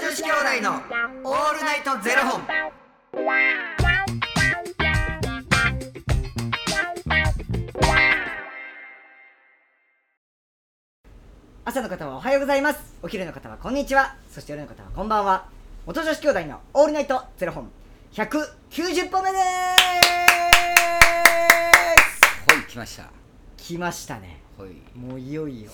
子兄弟のオールナイトゼロ本。朝の方はおはようございますお昼の方はこんにちはそして夜の方はこんばんは元女子兄弟のオールナイトゼロ本190本目でほい、来ました。す来ましたねほい。もういよいよ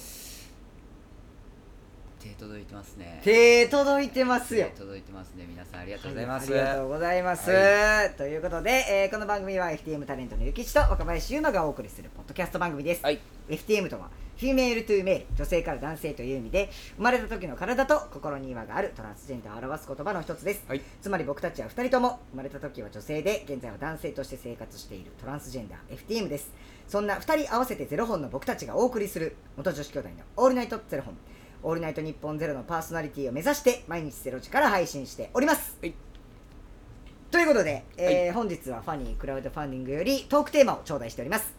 手届いてますね。手届いてますよ手届いてますね。皆さんありがとうございます。ありがとうございます、ということで、えーこの番組は FTM タレントのゆきちと若林優馬がお送りするポッドキャスト番組です、はい。 FTM とはフィメールトゥーメール女性から男性という意味で生まれた時の体と心に違和があるトランスジェンダーを表す言葉の一つです、はいつまり僕たちは2人とも生まれた時は女性で現在は男性として生活しているトランスジェンダー FTM ですそんな2人合わせてゼロ本の僕たちがお送りする元女子兄弟の「オールナイトゼロ本」「オールナイトニッポンゼロのパーソナリティを目指して毎日ゼロ時から配信しております、はいということで、えーは本日はファニークラウドファンディングよりトークテーマを頂戴しております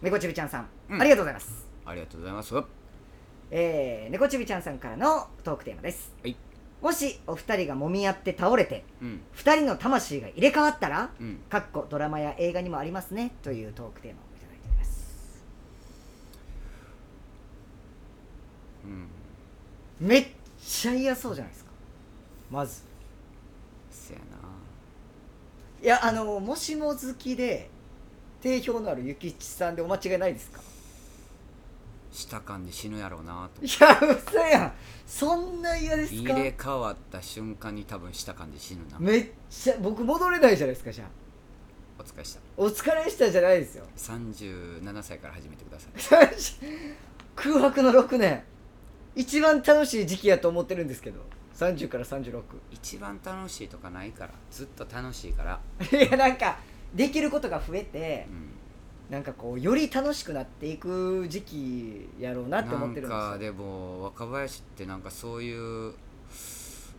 猫ちびちゃんさん、うんありがとうございますありがとうございます。はえー、猫ちびちゃんさんからのトークテーマですい。もしお二人が揉み合って倒れてうん。二人の魂が入れ替わったらうん。かっこドラマや映画にもありますねというトークテーマをいただいておりますうん。めっちゃ嫌そうじゃないですかまずせやな。いやあのもしも好きで定評のあるゆきちさんでお間違いないですか下感で死ぬやろうなとい。や嘘やんそんな嫌です入かれ替わった瞬間に多分下感で死ぬな。めっちゃ僕戻れないじゃないですかじゃあお疲れした。お疲れしたじゃないですよ37歳から始めてください。空白の6年一番楽しい時期やと思ってるんですけど30から36一番楽しいとかないから。ずっと楽しいから。 いやなんかできることが増えてうん。なんかこうより楽しくなっていく時期やろうなって思ってるんなんかですよでも若林ってなんかそういう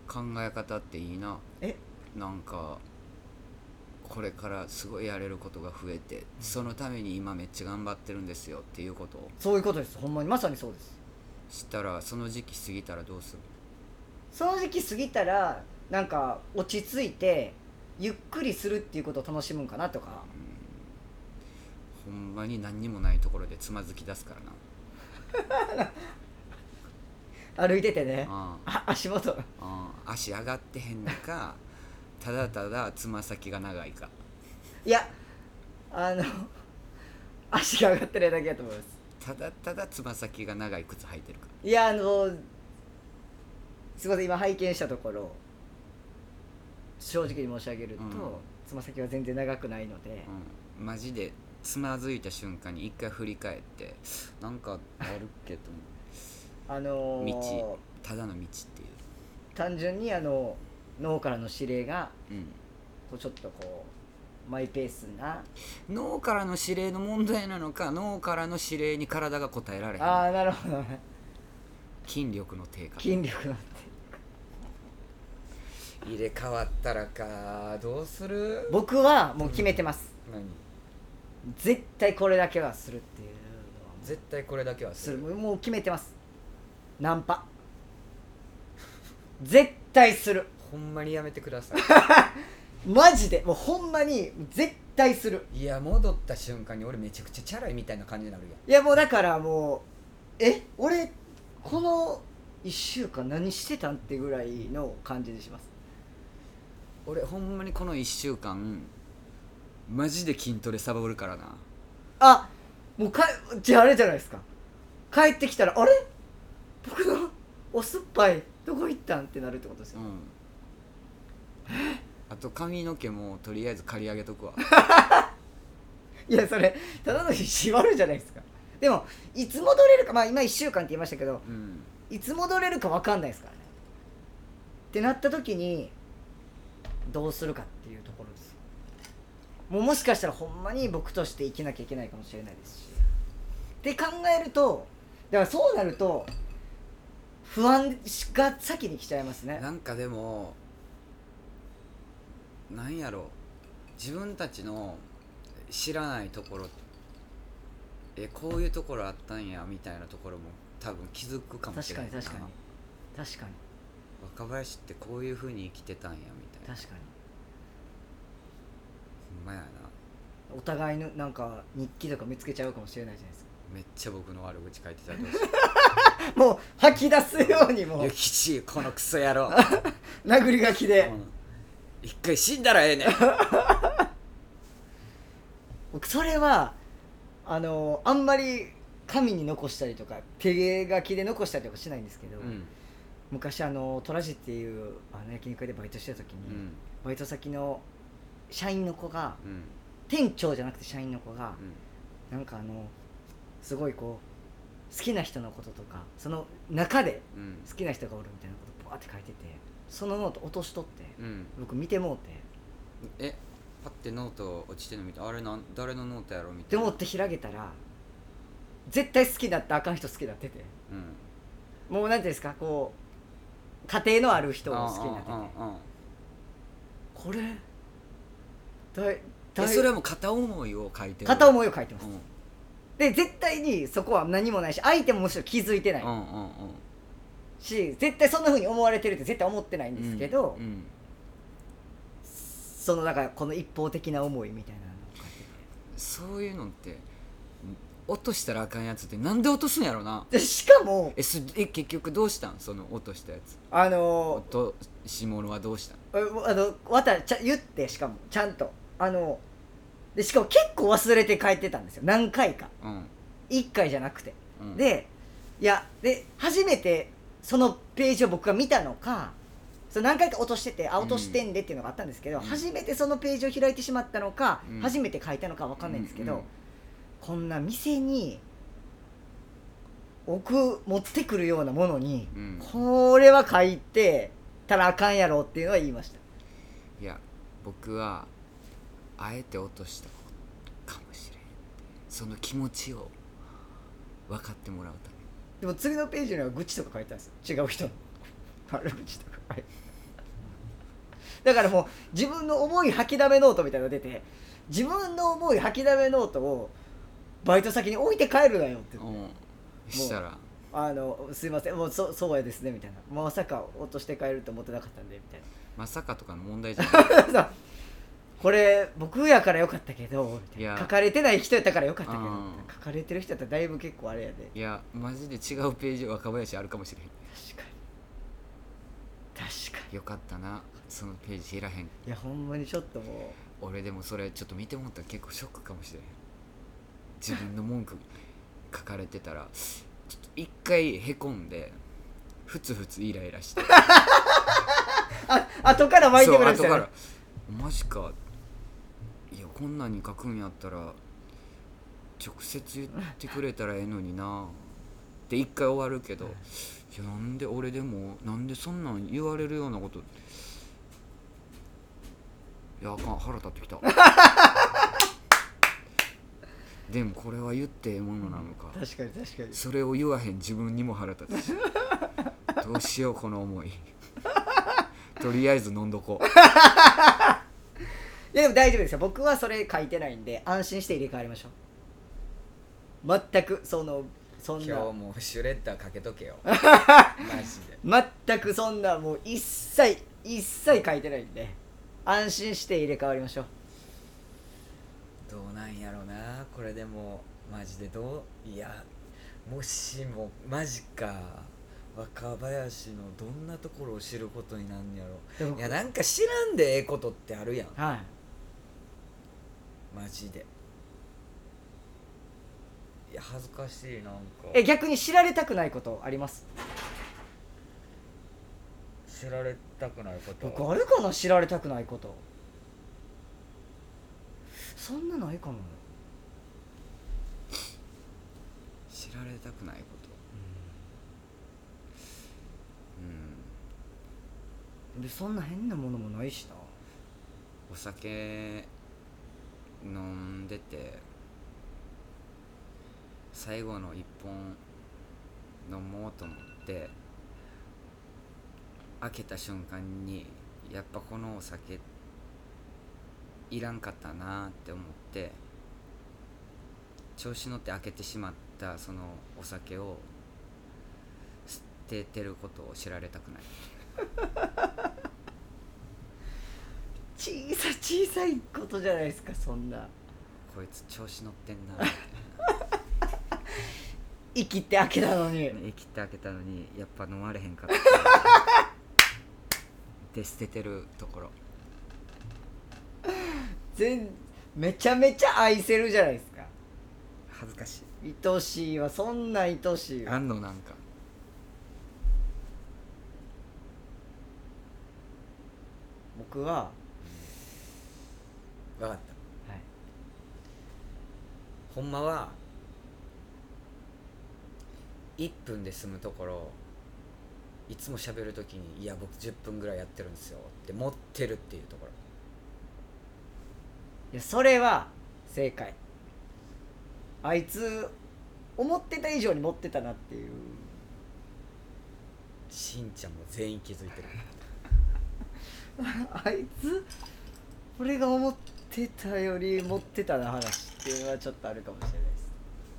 考え方っていいなえなんかこれからすごいやれることが増えてそのために今めっちゃ頑張ってるんですよっていうことをそういうことですほんまにまさにそうですしたらその時期過ぎたらどうするその時期過ぎたらなんか落ち着いてゆっくりするっていうことを楽しむんかなとかほんまに何にもないところでつまずき出すからな歩いててねあああ足元ああ足上がってへんの かただただつま先が長いかいやあの足が上がってるだけだと思いますただただつま先が長い靴履いてるかいやあのすいません今拝見したところ正直に申し上げると、うんつま先は全然長くないので、うん、マジでつまずいた瞬間に一回振り返ってなんかあるっけと思あのー道うただの道ってい単純にあの脳からの指令がう、こうちょっとこうマイペースな脳からの指令の問題なのか脳からの指令に体が応えられへあんあなるほどね筋力の低下筋力の入れ替わったらかどうする僕はもう決めてます、何絶対これだけはするっていうのはもう絶対これだけはすするるもうもう決めてますナンパ絶対するほんまにやめてくださマジでもうほんまに絶対するいいや戻った瞬間に俺めちゃくちゃチャラいみたいな感じになるやんいやもうだからもうえ俺この1週間何してたんってぐらいの感じにします俺ほんまにこの1週間マジで筋トレサボるからなあもうかじゃああれじゃないですか帰ってきたらあれ僕のお酸っぱいどこ行ったんってなるってことですうよんあと髪の毛もとりあえず刈り上げとくわいやそれただの意地悪じゃないですかでもいつ戻れるかまあ今1週間って言いましたけどうんいつ戻れるか分かんないですからねってなった時にどうするかっていうところですよもうもしかしたらほんまに僕として生きなきゃいけないかもしれないですしって考えるとだからそうなると不安が先に来ちゃいますねなんかでもなんやろ自分たちの知らないところえこういうところあったんやみたいなところも多分気づくかもし確れかないに確かに確かに若林ってこういうふうに生きてたんやみたいな確かにほんまやなお互いのなんか日記とか見つけちゃうかもしれないじゃないですめっちゃ僕の悪口書いてたらどうしかもう吐き出すように もようゆきちこのクソ 野郎殴り書きでうん一回死んだらええねん僕それはあのあんまり紙に残したりとか手書きで残したりとかしないんですけど、うん昔あのトラジっていうあの焼肉屋でバイトしてた時うに、んバイト先の社員の子がうん店長じゃなくて社員の子がう、んなんかあのすごいこう好きな人のこととかその中でうん好きな人がおるみたいなことバーって書いててそのノート落としとってうん僕見てもうてえパッてノート落ちてるの見てあれなん誰のノートやろみたでいなもって開けたら絶対好きだったあかん人好きだっててうんもうなんていうんですかこう家庭のある人を好きになっててうんうんうんこれだいだえいそれはもう片思いを書いてる片い思いを書いてます、うんで絶対にそこは何もないし相手もむしろ気づいてないうんうんうんし絶対そんな風に思われてるって絶対思ってないんですけど、うんそのだからこの一方的な思いみたいなのを書いててそういうのって落としたらあかんやつってなんで落とすんやろなでしかもえすえ結局どうしたんその落としたやつあの落とし物はどうしたんえあのわたちゃ言ってしかもちゃんとあのでしかも結構忘れて帰ってたんですよ何回かうん1回じゃなくて、うんでいやで初めてそのページを僕が見たのかその何回か落としててあ落としてんでっていうのがあったんですけど、うん初めてそのページを開いてしまったのか、うん初めて書いたのかわかんないんですけど、うんうんこんな店に置く持ってくるようなものに、うんこれは書いてたらあかんやろっていうのは言いましたいや僕はあえて落としたことかもしれんその気持ちを分かってもらうためにでも次のページには愚痴とか書いてあるんですよ違う人の悪口とか書いてだからもう自分の思い吐きだめノートみたいなのが出て自分の思い吐きだめノートをバイト先に置いて帰るなよってうんしたらあのすいませんもうそそうやですねみたいなまさか落として帰ると思ってなかったんでみたいなまさかとかの問題じゃ ないそう これ僕やからよかったけどみたいないや書かれてない人やったからよかったけどうん書かれてる人やったらだいぶ結構あれやでいやマジで違うページ若林あるかもしれへ確かに確かにんよかったなそのページ開へんいやほんまにちょっとも俺でもそれちょっと見てもらったら結構ショックかもしれへん自分の文句書かれてたらちょっと一回へこんでふつふつイライラしてうあ後から巻いてそうくるんで後すよかねらマジかいやこんなんに書くんやったら直接言ってくれたらええのになって一回終わるけどいやなんで俺でもなんでそんなん言われるようなこといやあかん腹立ってきた でもこれは言ってええものなのか確かに確かにそれを言わへん自分にも腹立つしどうしようこの思いとりあえず飲んどこういやでも大丈夫ですよ僕はそれ書いてないんで安心して入れ替わりましょう全くそのそんなもうシュレッダーかけと けよマジで全くそんなもう一切一切書いてないんで安心して入れ替わりましょうどうなんやろなこれでもマジでどういやもしもマジか若林のどんなところを知ることになんやでろもいやなんか知らんでええことってあるやんはいマジでいや恥ずかしいなんかえ逆に知られたくないことあります知られたくないこと僕あるかな知られたくないことそんなないかも知られたくないことうんでそんな変なものもないしなお酒飲んでて最後の一本飲もうと思って開けた瞬間にやっぱこのお酒いらんかったなって思って調子乗って開けてしまったそのお酒を捨ててることを知られたくない小さ小さいことじゃないですかそんなこいつ調子乗ってんな息って明けたのに生きてあげたのにやっぱ飲まれへ んかったで捨ててるところ全めちゃめちゃ愛せるじゃないですか恥ずかし愛しいわそんな愛しいいわあんのなんか僕は分かったはいほんまは1分で済むところいつも喋るときに「いや僕10分ぐらいやってるんですよ」って持ってるっていうところいやそれは正解あいつ思ってた以上に持ってたなっていう しんちゃんも全員気づいてるあいつ俺が思ってたより持ってたな話っていうのはちょっとあるかもしれないです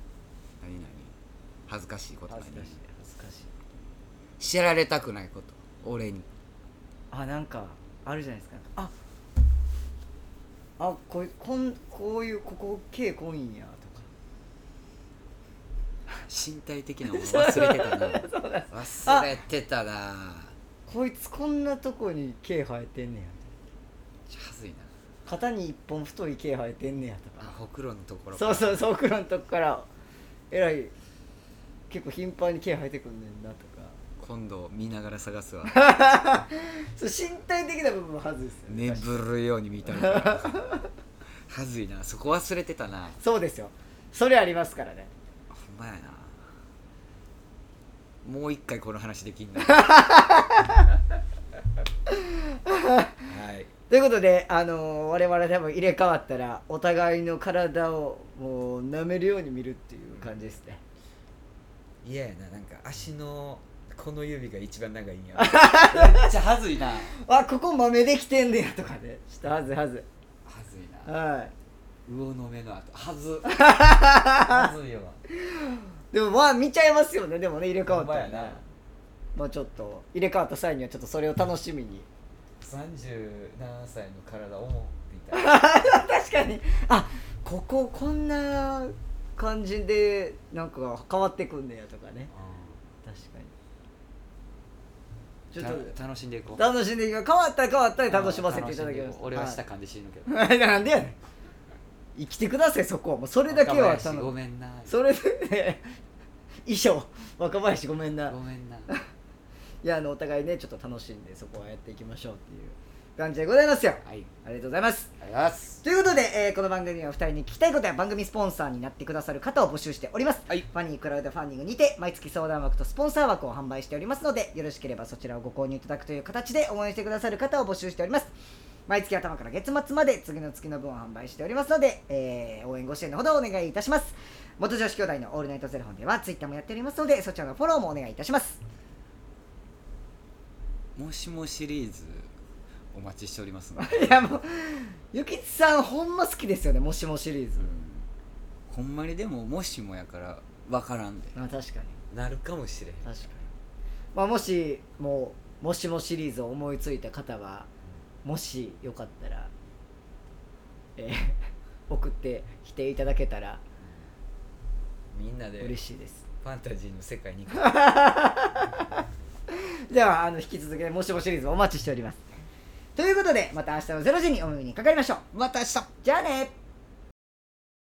何何恥ずかしいこと恥ずか何しい恥ずかしい知られたくないこと俺にあなんかあるじゃないですかああこいこんこういうここ毛こんや身体的なもの忘れてたなとかそうだ忘れてたなこいつこんなとこに毛生えてんねや恥ずいな肩に一本太い毛生えてんねやとかあほくろのところそうそううそう奥のとこからえらい結構頻繁に毛生えてくんねんなとか今度見ながら探 すわそう身体的な部分ははずですよね眠るように見たりとか恥ずいなそこ忘れてたなそうですよそれありますからねほんまやなもう一回この話できんなはいということで、あのー我々多分入れ替わったらお互いの体をもう舐めるように見るっていう感じですね、嫌やななんか足のこの指が一番長いんやめっちゃ恥 ずいなあここ豆できてんねやとかねちょっとはずはず恥ずいなはい魚の目の後はずはずいよでもまあ見ちゃいますよねでもね入れ替わったらほんまやねなまあちょっと入れ替わった際にはちょっとそれを楽しみに37歳の体重っみたいな確かにあこここんな感じでなんか変わってくんねやとかね確かにちょっとた楽しんでいこう楽しんでいきま変わったら変わったら楽しませていただき楽しんでますいこう俺ははい下噛んで死ぬけ どなんでやねん生きてくださいそこはもうそれだけは若林ご頼むめんなそれで、 ね、衣装若林ごめんなごめんないやあのお互いねちょっと楽しんでそこはやっていきましょうっていう感じでございますよはいありがとうございますありがとうございますということで、えーこの番組は2人に聞きたいことや番組スポンサーになってくださる方を募集しております、はいファニークラウドファンディングにて毎月相談枠とスポンサー枠を販売しておりますのでよろしければそちらをご購入いただくという形で応援してくださる方を募集しております毎月頭から月末まで次の月の分を販売しておりますので、えー応援ご支援のほどお願いいたします元女子兄弟のオールナイトゼロ本ではツイッターもやっておりますのでそちらのフォローもお願いいたしますもしもシリーズお待ちしておりますの でいやもうゆきつさんほんま好きですよねもしもシリーズう、んほんまにでももしもやから分からんでまあ確かになるかもしれへん確かに、まあ、もしもうもしもシリーズを思いついた方はもしよかったら、え ー送ってきていただけたらみんなで嬉しいですファンタジーの世界に行くではあの引き続きもしもシリーズお待ちしておりますということでまた明日の0時にお耳にかかりましょうまた明日じゃあね